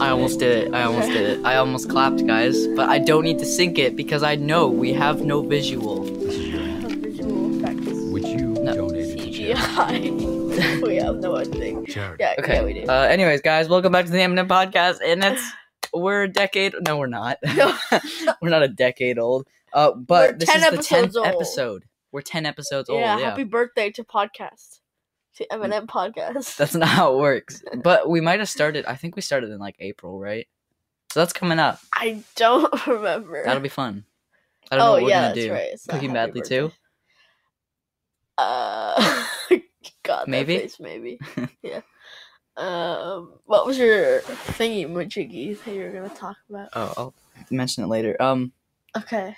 almost did it. I almost did it. I almost clapped, guys. But I don't need to sync it because I know we have no visual. This is your hand, A visual effects. which you No. donated to charity. CGI. we have no idea. Charity. Yeah, Okay. yeah, we do. Uh, anyways, guys, welcome back to the Amnet Podcast, and it's we're a decade. No, we're not. No. we're not a decade old. Uh, but We're this 10 is the episodes tenth old. episode. We're ten episodes old. yeah, yeah. happy birthday to podcast. To Eminem podcast. That's not how it works. But we might have started. I think we started in like April, right? So that's coming up. I don't remember. That'll be fun. I don't know oh what we're yeah, gonna that's do. right. it's not Cooking happy badly birthday. too. Uh, God, that Maybe? face, maybe, yeah. Um, what was your thingy majiggy that you were gonna talk about? Oh, I'll mention it later. Um, Okay,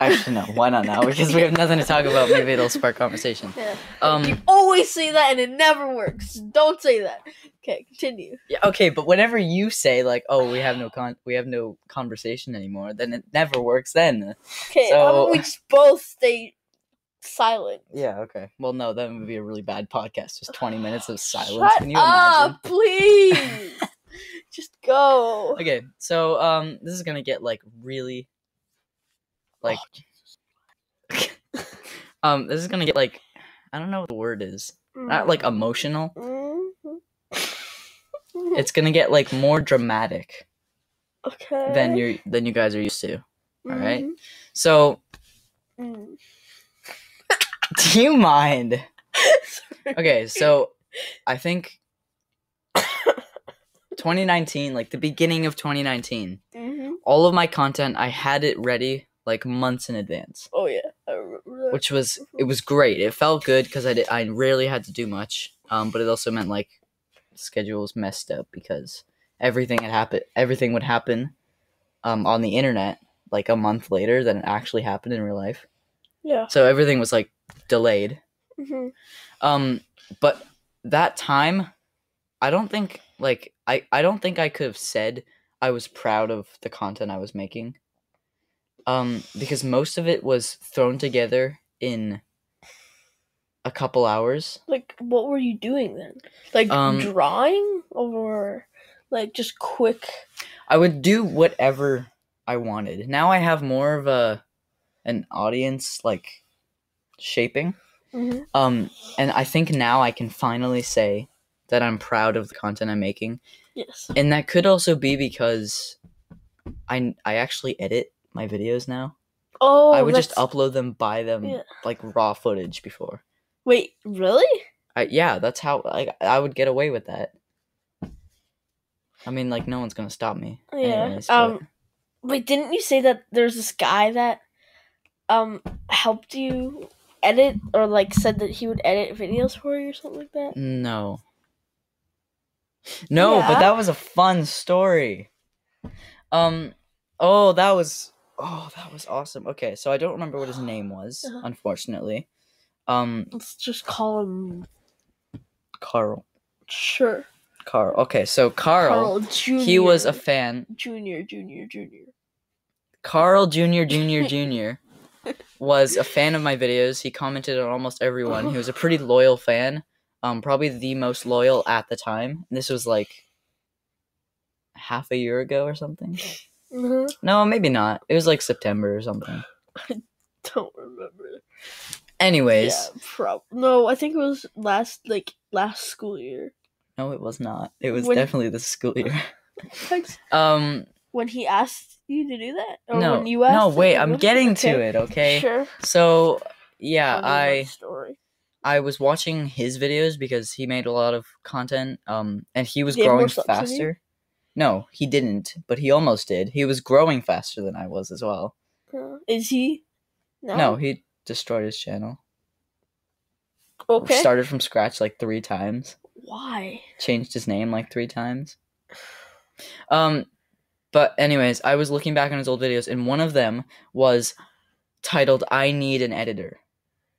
actually no. Why not now? Because we have nothing to talk about. Maybe it'll spark conversation. yeah. you Um, always say that and it never works. Don't say that. Okay, continue. yeah, okay, but whenever you say like, "Oh, we have no con, we have no conversation anymore," then it never works. Then. Okay, how So- about we just both stay silent? Yeah. Okay. Well, no, that would be a really bad podcast. Just twenty minutes of silence. Shut Can you imagine? up, please. just go. Okay, so um, this is gonna get like really, like, Oh, um, this is gonna get like, I don't know what the word is, not like emotional. Mhm. It's gonna get like more dramatic okay. than you than you guys are used to. alright? Mhm. So, Mm. do you mind? Mm-hmm. Okay, so I think 2019, like the beginning of 2019, Mhm. all of my content I had it ready like months in advance. Oh yeah, I remember that. which was it was great. It felt good because I did, I rarely had to do much, um, but it also meant like schedules messed up because everything had happened. Everything would happen um, on the internet like a month later than it actually happened in real life. yeah. So everything was like delayed. Mhm. Um, but that time, I don't think like I I don't think I could have said I was proud of the content I was making. Um, because most of it was thrown together in a couple hours. Like, what were you doing then? Like Um, drawing or like just quick? I would do whatever I wanted. Now I have more of a an audience like shaping. Mhm. Um, and I think now I can finally say that I'm proud of the content I'm making Yes. and that could also be because I I actually edit my videos now. Oh, I would just that's- upload them by them Yeah. like raw footage before. Wait, really? I, yeah, that's how like I would get away with that. I mean, like no one's gonna stop me. Yeah, anyways, but- um, Wait, didn't you say that there's this guy that um helped you edit or like said that he would edit videos for you or something like that? no. No, but Yeah. that was a fun story. Um, oh, that was oh, that was awesome. Okay, so I don't remember what his name was, Uh-huh. unfortunately. Um, Let's just call him. Carl. Sure. Carl. Okay, so Carl, Junior. he was a fan. junior, junior, junior. Carl Jr. Jr. Jr. was a fan of my videos. He commented on almost everyone. He was a pretty loyal fan. Um, probably the most loyal at the time. This was like half a year ago or something. Mhm. No, maybe not. It was like September or something. Don't remember. Anyways, Yeah, prob- no, I think it was last like last school year. no, it was not. It was When- definitely this school year. Um, when he asked you to do that, or no, Oh, when you asked. no, him wait. do I'm it? getting to Okay. it. Okay. Sure. So yeah, Tell me I. that Story. I was watching his videos because he made a lot of content, um, and he was Did he have more growing subs than you? faster. No, he didn't, but he almost did. He was growing faster than I was as well. Uh, Is he? No. No, he destroyed his channel. okay. Started from scratch like three times. Why? Changed his name like three times. Um, but anyways, I was looking back on his old videos, and one of them was titled "I Need an Editor,"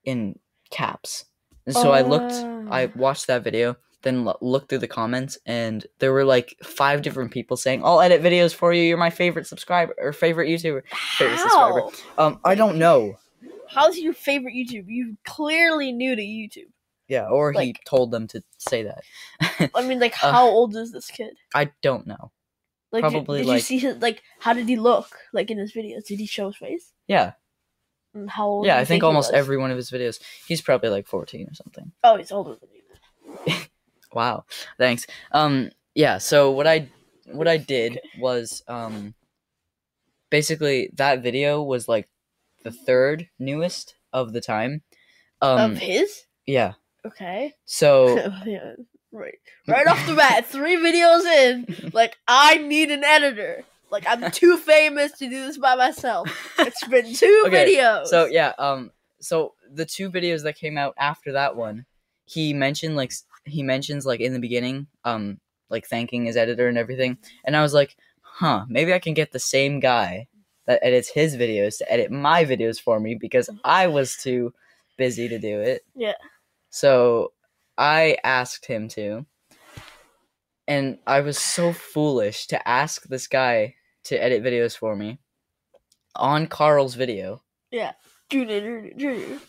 in caps. And so I looked. I Oh. watched that video, then lo- looked through the comments, and there were like five different people saying, "I'll edit videos for you. You're my favorite subscriber or favorite YouTuber." favorite subscriber. How? Um, I don't know. How's your favorite YouTube? You clearly new to YouTube. Yeah, or he Like- told them to say that. I mean, like, Uh, how old is this kid? I don't know. Like, did- Probably, did, like- you see his like? How did he look like in his videos? Did he show his face? Yeah, And how old? do yeah. you I think he almost was? every one of his videos. He's probably like fourteen or something. Oh, he's older than me. Wow. Thanks. Um. Yeah. So what I what I did was um. Basically, that video was like the third newest of the time. Um. of his. yeah. Okay. So yeah. Right. Right off the bat, three videos in, like I need an editor. Like I'm too famous to do this by myself. It's been two Okay, videos. So yeah, um, so the two videos that came out after that one, he mentioned like s- he mentions like in the beginning, um, like thanking his editor and everything, and I was like, huh, maybe I can get the same guy that edits his videos to edit my videos for me because I was too busy to do it. Yeah. So I asked him to. And I was so foolish to ask this guy to edit videos for me on Carl's video. Junior, junior, junior.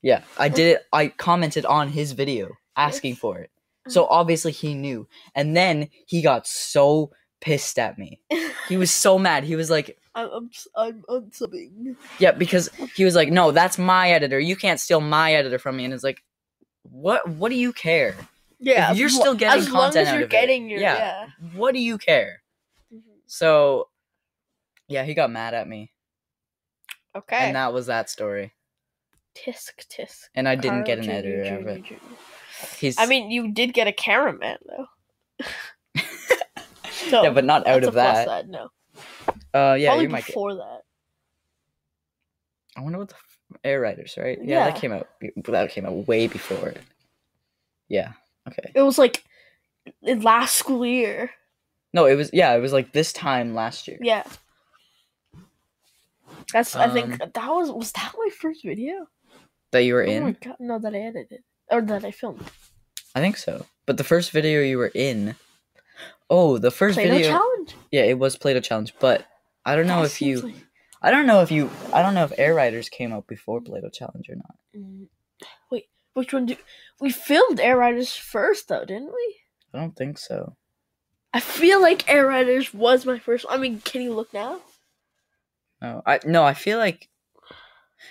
Yeah, I did it. I commented on his video asking for it. Uh-huh. So obviously he knew. And then he got so pissed at me. He was so mad. He was like, I'm, I'm s- I'm unsubbing. yeah, because he was like, no, that's my editor. You can't steal my editor from me. And it's like, what what do you care? Yeah, you're as still lo- getting as content long as out you're of it. getting your Yeah. yeah. What do you care? Mhm. So yeah, he got mad at me. Okay. And that was that story. tisk tisk. And I didn't get an Carl, junior, editor out of junior, it. junior. He's I mean, you did get a cameraman though. so, yeah, but not out that's a of plus that. side, no. Uh yeah, Probably you might get before that. I wonder what the f- air riders, right? Yeah, Yeah. that came out. That came out way before it. Yeah. Okay. It was like in last school year. No, it was. Yeah, it was like this time last year. Yeah. That's I think Um, that was was that my first video? That you were Oh my in. god, no, that I edited. Or that I filmed. I think so. But the first video you were in. Oh, the 1st Play-Doh video. challenge. yeah, it was Play-Doh challenge. But I don't know That if you. seems like- I don't know if you. I don't know if air riders came out before Play-Doh challenge or not. Mm, Wait, which one do we filmed Air Riders first though, didn't we? I don't think so. I feel like Air Riders was my first I mean, can you look now? No, I no. I feel like.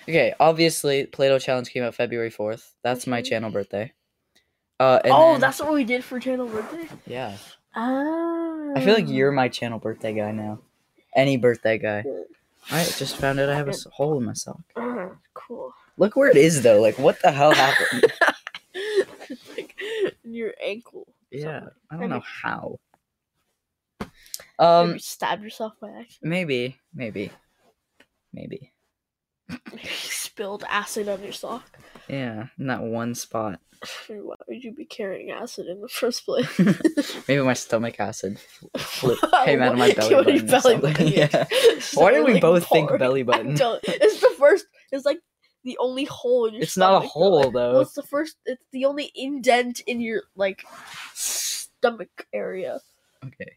Okay, obviously, Play-Doh challenge came out February fourth. That's my Mhm. channel birthday. Uh, and oh, then- that's what we did for channel birthday. yeah. Ah. I feel like you're my channel birthday guy now. Any birthday guy. I just found out I have a s- hole in my sock. Ah, cool. Look where it is though. Like what the hell happened? like in your ankle. or yeah, something. I don't know Maybe- how. Maybe Um, you stabbed yourself by accident. maybe, maybe, maybe. You spilled acid on your sock. Yeah, in that one spot. Why would you be carrying acid in the first place? maybe my stomach acid fl- flew- came out of my belly Your button. or belly something. button, yeah. Yeah. So Why did we like, both think porn. belly I button? don't- It's the first. It's like the only hole in your. It's not a stomach, though. hole Well, though. it's the first. It's the only indent in your like stomach area. Okay.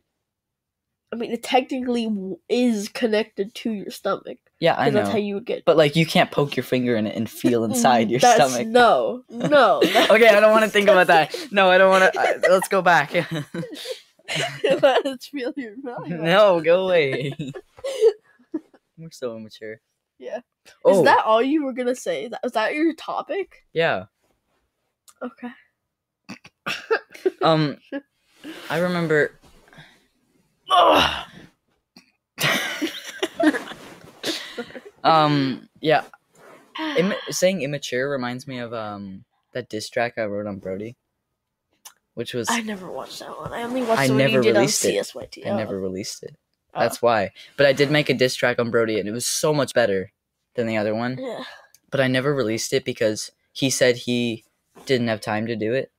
I mean, it technically w- is connected to your stomach. Yeah, I 'cause That's how know. you would get But like, you can't poke your finger in it and feel inside your That's- stomach. No, no. that's okay, I don't want to think about that. No, I don't want to. Let's go back. Oh disgusting. That's really wrong. no, go away. We're so immature. Yeah. Oh, Is that all you were gonna say? That was that your topic? yeah. Okay. Um, I remember. Ugh. Um, yeah. Im- saying immature reminds me of um that diss track I wrote on Brody, which was I I, never watched that one. I only watched I the one you never did on released it. CSYT. Oh. never released it. Oh. That's why. But I did make a diss track on Brody, and it was so much better than the other one. Yeah. But I never released it because he said he didn't have time to do it.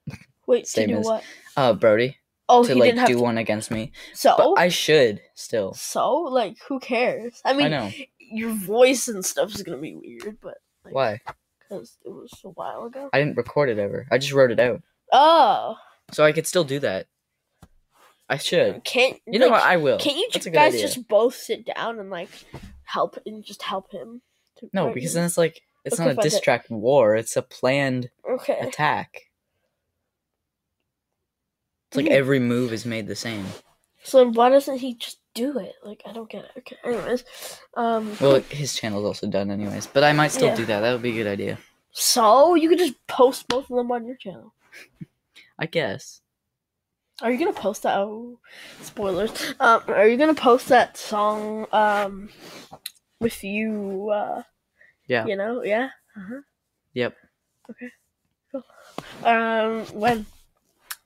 Wait, Same to do as- what? Uh, Brody. Oh, to he like didn't have. Oh. do to- one against me. But so, I should still. so like, who cares? I I, mean, know your voice and stuff is gonna be weird, but like, why. Because it was a while ago. I didn't record it ever. I just wrote it out, Oh, so I could still do that. I should. can't You know like, what? I will. Can't you That's a good guys idea. just both sit down and like help and just help him? To No, write because his- then it's like it's Okay, not a fine, diss but- track war. It's a planned okay. attack. It's like Mm. Mm-hmm. every move is made the same. So then why doesn't he just do it? Like I don't get it. Okay, anyways, um, Well, his channel's also done, anyways. But I might still Yeah. do that. That would be a good idea, so you could just post both of them on your channel. I guess. Are you gonna post that? Oh, spoilers. Um, are you gonna post that song? Um, with you. Uh, Yeah. You know. Yeah. Uh-huh. Yep. Okay. Cool. Um, when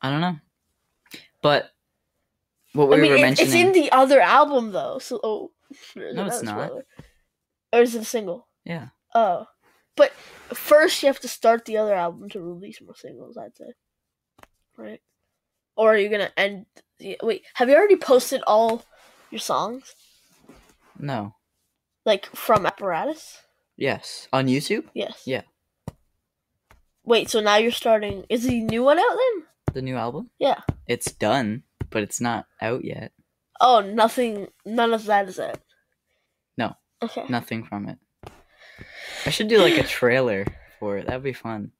I don't know, but what we I mean, were it- mentioning. it's in the other album though. So oh, No, it's a not. spoiler. Or is it a single? Yeah. Oh, but first you have to start the other album to release more singles. I'd say, right? Or are you gonna end? yeah, Wait, have you already posted all your songs No. like from Apparatus? Yes. On YouTube, Yes. Yeah. Wait, so now you're starting. Is the new one out then? the new album. Yeah. It's done, but it's not out yet. Oh, nothing. None of that is it. No. Okay. Nothing from it. I should do like a trailer for it. That'd be fun.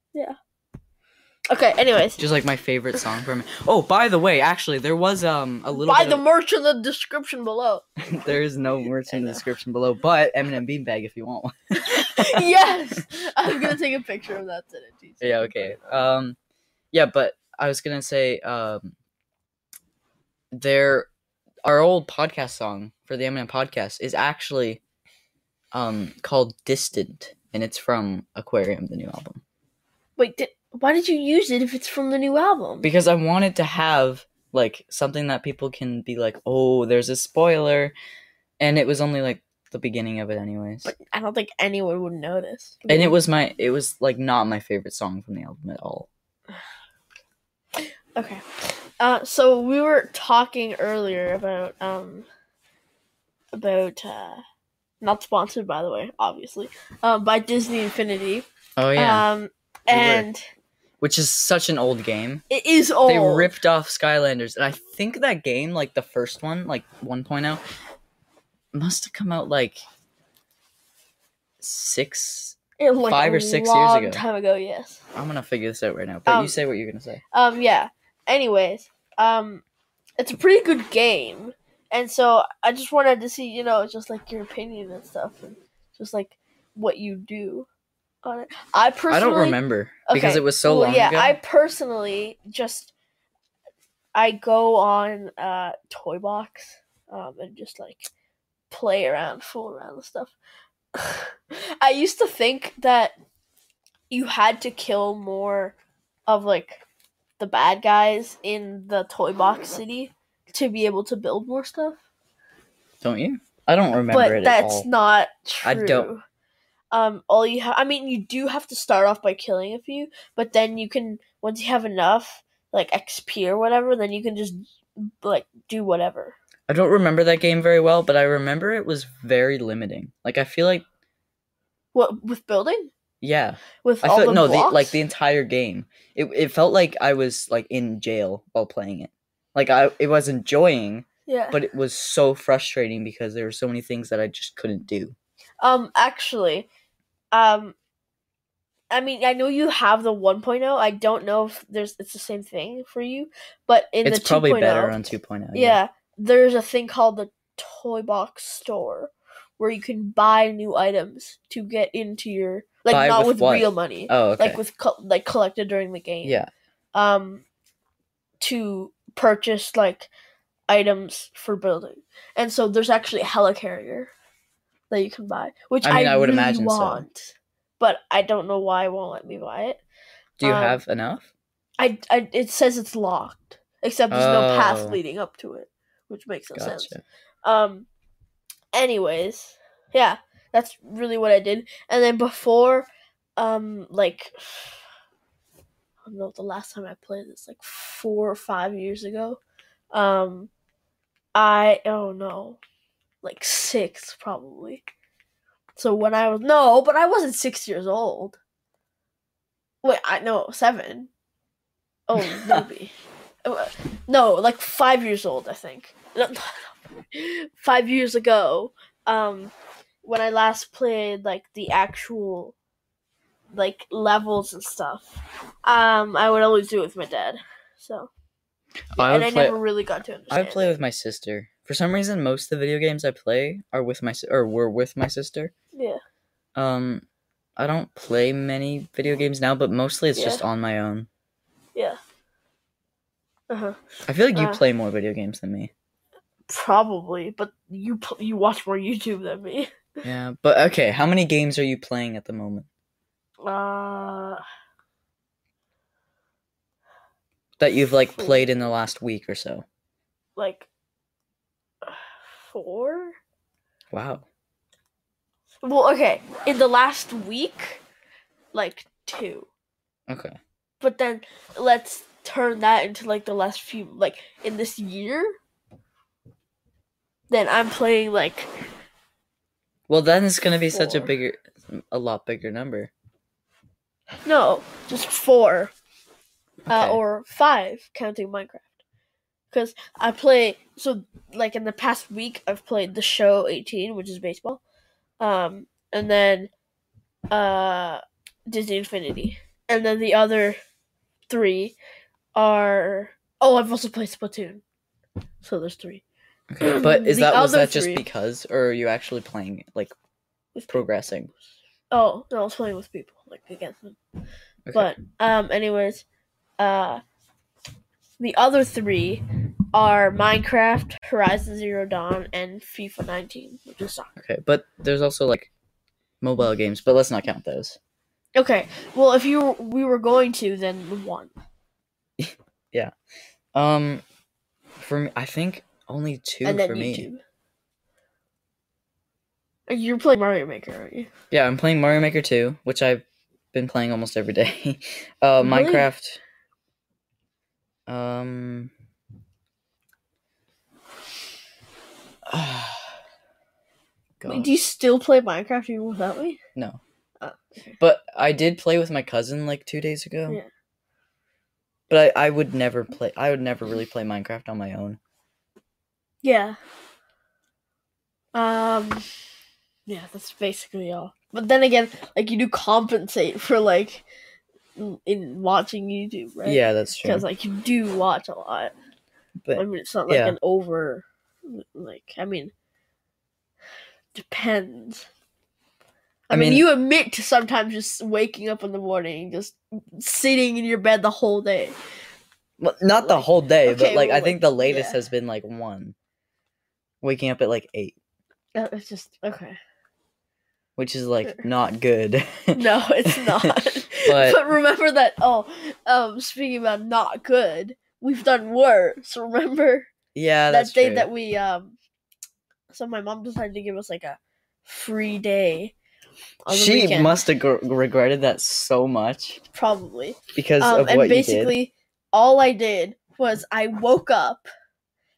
Okay. Anyways, Just like my favorite song from it. Oh, by the way, actually, there was um a little. buy bit the of- merch in the description below. there is no merch in the know. description below, but Eminem Beanbag if you want one. yes, I'm gonna take a picture of that today. Jeez. yeah. Okay. Um, yeah, but I was gonna say um, there, our old podcast song for the Eminem podcast is actually, um, called "Distant," and it's from Aquarium, the new album. Wait, did, why did you use it if it's from the new album? because I wanted to have like something that people can be like, "Oh, there's a spoiler," and it was only like the beginning of it, anyways. but I don't think anyone would notice. and it was my, it was like not my favorite song from the album at all. okay. Uh, so we were talking earlier about um about uh not sponsored by the way, obviously, um by Disney Infinity. Oh yeah, Um, We were. and which is such an old game. it is old. They ripped off Skylanders, and I think that game, like the first one, like 1.0, must have come out like six. It, like, five a or six years long ago. Time ago, yes. I'm gonna figure this out right now. But Um, you say what you're gonna say. Um, yeah. Anyways, um, it's a pretty good game, and so I just wanted to see, you know, just like your opinion and stuff, and just like what you do on it. I I personally, don't remember because Okay, it was so well, long yeah, ago. I personally just I go on uh Toy Box, um, and just like play around, fool around with stuff. I used to think that you had to kill more of like the bad guys in the Toy Box city to be able to build more stuff, Don't you? I don't remember but it at that's all. not true. I don't- Um, all you have, I mean, you do have to start off by killing a few, but then you can once you have enough like XP or whatever, then you can just like do whatever. I don't remember that game very well, but I remember it was very limiting. Like I feel like What with building? yeah, With I all felt the no, the, blocks? like the entire game. It it felt like I was like in jail while playing it. Like I it was enjoying, yeah. but it was so frustrating because there were so many things that I just couldn't do. Um, actually, um, I mean, I know you have the 1.0. I don't know if there's it's the same thing for you, but in It's the probably 2.0, better on oh. 2.0. yeah. there's a thing called the Toy Box Store where you can buy new items to get into your like Buy not with with, what? real money, Oh, okay. like with co- like collected during the game. yeah. Um, to purchase like items for building, and so there's actually a helicarrier that you can buy, which I I mean, I would really imagine so. want, but I don't know why it won't let me buy it. Do you um, have enough? I, I it says it's locked, except there's no Oh. path leading up to it, which makes no sense. Gotcha. Um. Anyways, yeah, that's really what I did. And then before, um, like, I don't know the last time I played this, like four or five years ago. Um, I oh no, like six probably. So when I was no, but I wasn't six years old. Wait, I no seven. Oh, maybe. Uh, no, like five years old, I think. No, no, five years ago, um, when I last played like the actual like levels and stuff, um, I would always do it with my dad. So I and would I play. never really got to I understand. would play with my sister. For some reason, most of the video games I play are with my si- or were with my sister. Yeah. Um, I don't play many video games now, but mostly it's Yeah. just on my own. Yeah. Uh huh. I feel like you Uh. play more video games than me. Probably, but you pl- you watch more YouTube than me. Yeah, but okay. How many games are you playing at the moment Uh, that you've like Four. played in the last week or so? like four. Wow. Well, okay, in the last week, like two. Okay. But then let's turn that into like the last few, like in this year. Then I'm playing like Well, then it's gonna be such a Four. bigger, a lot bigger number. no, just four. uh, Okay. or five counting Minecraft. Because I play so like in the past week, I've played the show eighteen, which is baseball, um, and then uh, Disney Infinity, and then the other three are oh, I've also played Splatoon, so there's three. okay. But is the that was other that just three- because, or are you actually playing it, like With people. progressing? Oh no, I was playing with people like against them. Okay. But um, anyways, uh, the other three are Minecraft, Horizon Zero Dawn, and FIFA 19, which is soccer. Okay, but there's also like mobile games, but let's not count those. Okay, well, if you were, we were going to, then one. Um, for me, I think only two and then E for me. YouTube. And You're playing Mario Maker, aren't you? Yeah, I'm playing Mario Maker 2, which I've been playing almost every day. Uh, Really? Minecraft. Um. Wait, God. do you still play Minecraft even without me? no. Oh, okay. But I did play with my cousin like two days ago. Yeah. But I, I would never play. I would never really play Minecraft on my own. Yeah. Um. Yeah, that's basically all. But then again, like you do compensate for like in- in watching YouTube, right? Yeah, that's true. Because like you do watch a lot. but I mean, it's not like yeah. an over. Like I mean, depends. I, I mean, mean- you admit to sometimes just waking up in the morning, just sitting in your bed the whole day. Well, not the Like- whole day, but okay, like well, I think like, the latest yeah. has been like one. Waking up at like eight, Uh, It's just okay. which is like Sure. not good. No, it's not. but, But- remember that. Oh, um, speaking about not good, we've done worse. Remember yeah, that Ah, that's day true. that we um. So my mom decided to give us like a free day. On the she weekend, must have gr- regretted that so much probably. because Um, of and what you did. basically, all I did was I woke up,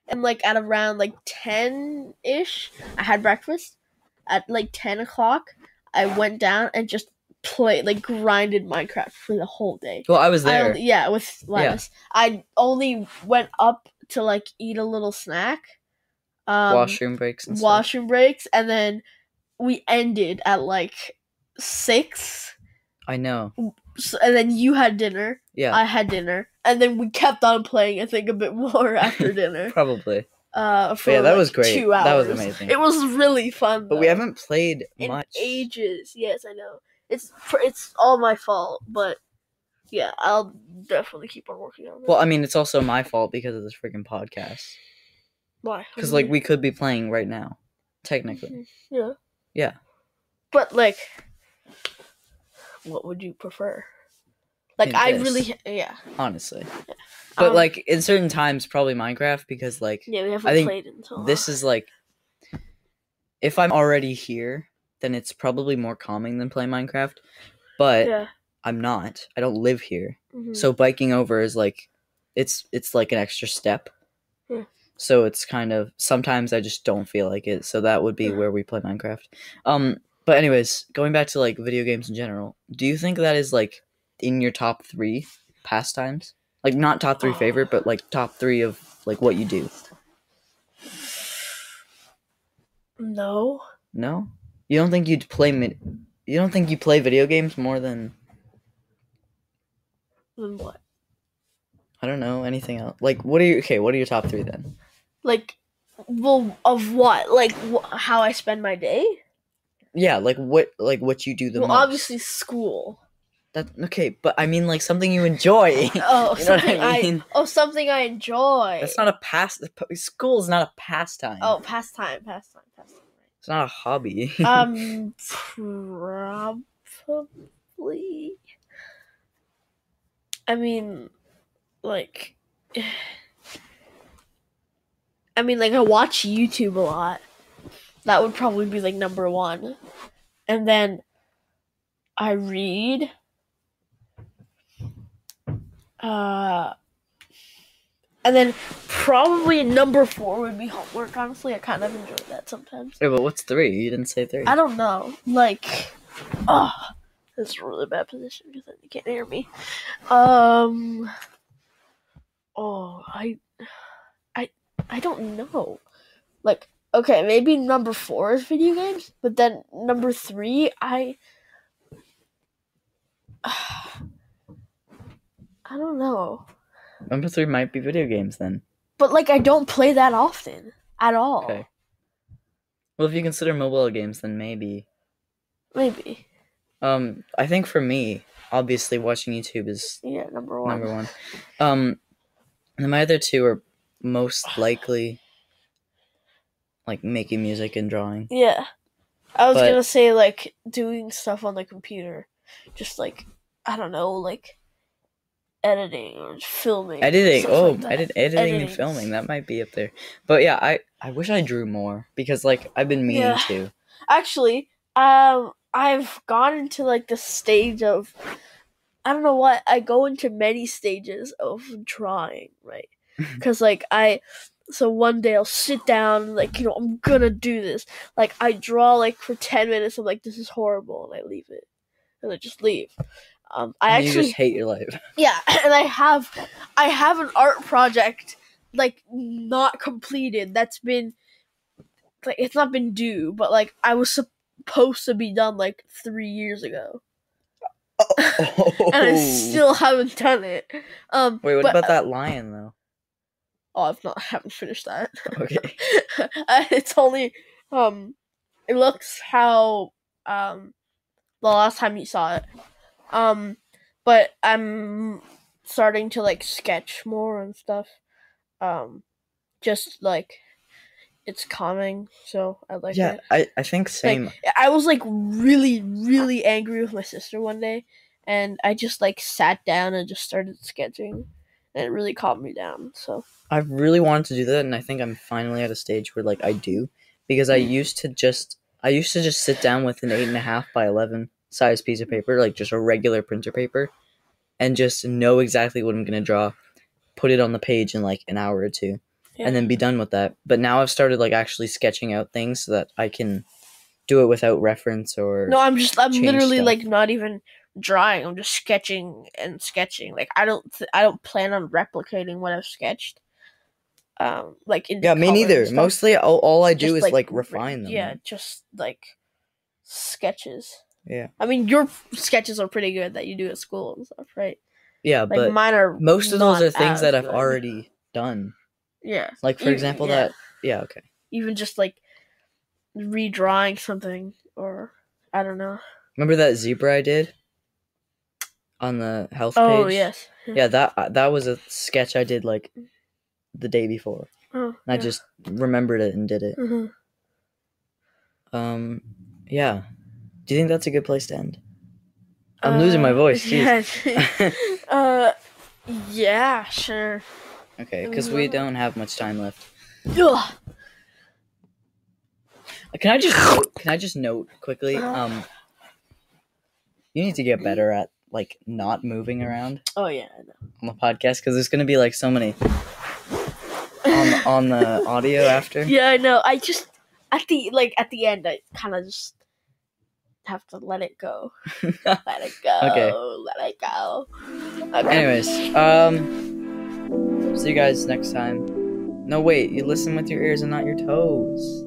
and like at around like ten ish, I had breakfast. At like ten o'clock, I went down and just played, like grinded Minecraft for the whole day. Well, I was I e-, there. only, yeah, with Linus. I only went up to like eat a little snack. Um, washroom breaks. And stuff. washroom breaks, and then we ended at like six. I know. So, and then you had dinner. Yeah, I had dinner, and then we kept on playing. I think a bit more after dinner. probably. Uh, for But yeah, that like, was great. Two hours. That was amazing. It was really fun. but we though. haven't played in much. ages. Yes, I know. It's pr- it's all my fault, but yeah, I'll definitely keep on working on it. Well, I mean, it's also my fault because of this freaking podcast. Why? Because like we could be playing right now, technically. Mm-hmm. Yeah. Yeah. But like, what would you prefer? Like, Think I this. really yeah. honestly. But Um, like in certain times, probably Minecraft because like yeah, we haven't I think played in so long. this is like if I'm already here, then it's probably more calming than play Minecraft. But yeah. I'm not. I don't live here, mhm. so biking over is like it's it's like an extra step. Yeah. So it's kind of sometimes I just don't feel like it. So that would be Yeah. where we play Minecraft. Um, but anyways, going back to like video games in general, do you think that is like in your top three pastimes? Like not top three Oh. favorite, but like top three of like what you do. no. No, you don't think you'd play mid. You don't think you play video games more than Then what? I don't know anything else. Like, what are you? Okay, what are your top three then? Like, well, of what? Like, wh- how I spend my day? Yeah, like what? Like what you do the well, most? obviously school. That okay, but I mean like something you enjoy. Oh, You know what something I I, mean? oh something I enjoy. That's not a past. School is not a pastime. oh, pastime, pastime, pastime. it's not a hobby. um, probably. I mean, like, I mean, like I watch YouTube a lot. That would probably be like number one, and then I read. Uh, and then probably number four would be homework. Honestly, I kind of enjoy that sometimes. Wait, but what's three? You didn't say three. I don't know. Like, oh, this is a really bad position because then you can't hear me. Um, oh, I, I, I don't know. Like, okay, maybe number four is video games, but then number three, I, I don't know. Number three might be video games then. But like, I don't play that often at all. Okay. Well, if you consider mobile games, then maybe. Maybe. Um, I think for me, obviously watching YouTube is Yeah, number one. number one. Um, and my other two are most likely like making music and drawing. Yeah. I was But- gonna say like doing stuff on the computer. Just like I don't know, like editing or filming. Editing. stuff Oh, like that. I did editing and Editing's- filming. That might be up there. But yeah, I I wish I drew more because like I've been meaning Yeah. to. Actually, um I've gone into like the stage of I don't know what I go into many stages of drawing, right? Cuz like I so one day I'll sit down like you know I'm going to do this. Like I draw like for 10 minutes I'm like this is horrible and I leave it. And I just leave. Um I And actually you just hate your life. Yeah, and I have I have an art project like not completed that's been like it's not been due, but like I was supposed to be done like 3 years ago. And I still haven't done it. Um Oh. Wait, what but- about that lion though? Oh, I've not haven't finished that. Okay. Uh, it's only um it looks how um the last time you saw it um but i'm starting to like sketch more and stuff um just like it's coming so i like yeah, it I, I think same. i was like really really angry with my sister one day and i just like sat down and just started sketching and it really calmed me down so I really wanted to do that, and I think I'm finally at a stage where like I do because Mm. I used to just I used to just sit down with an eight and a half by eleven size piece of paper, like just a regular printer paper, and just know exactly what I'm gonna draw, put it on the page in like an hour or two, Yeah. and then be done with that. But now I've started like actually sketching out things so that I can do it without reference or No, I'm just I'm change literally stuff. like not even drawing. I'm just sketching and sketching. Like I don't th- I don't plan on replicating what I've sketched. Um, like in yeah, me neither. Mostly all, all I do is like, refine them. Yeah, just like sketches. Yeah. I mean, your sketches are pretty good that you do at school and stuff, right? yeah, Like but mine are. most of those not are things as that I've good. already done. Yeah. Like for You- example, Mm, yeah. that yeah, okay. Even just like redrawing something or I don't know. Remember that zebra I did on the health Oh page? yes. Yeah, that uh, that was a sketch I did like the day before. Oh, And I just remembered it and did it. hmm Um, yeah. Do you think that's a good place to end? I'm losing my voice, jeez. Uh, Yeah. uh, yeah, sure. okay, because we don't have much time left. Ugh. Uh, Can I just note, can I just note quickly? Uh. Um, you need to get better at like not moving around Oh yeah, I know. on the podcast because there's gonna be like so many on on the audio after. yeah, I know. I just at the like at the end, I kind of just have to let it go. let it go. Okay. Let it go. Anyways, um, see you guys next time. No, wait, you listen with your ears and not your toes.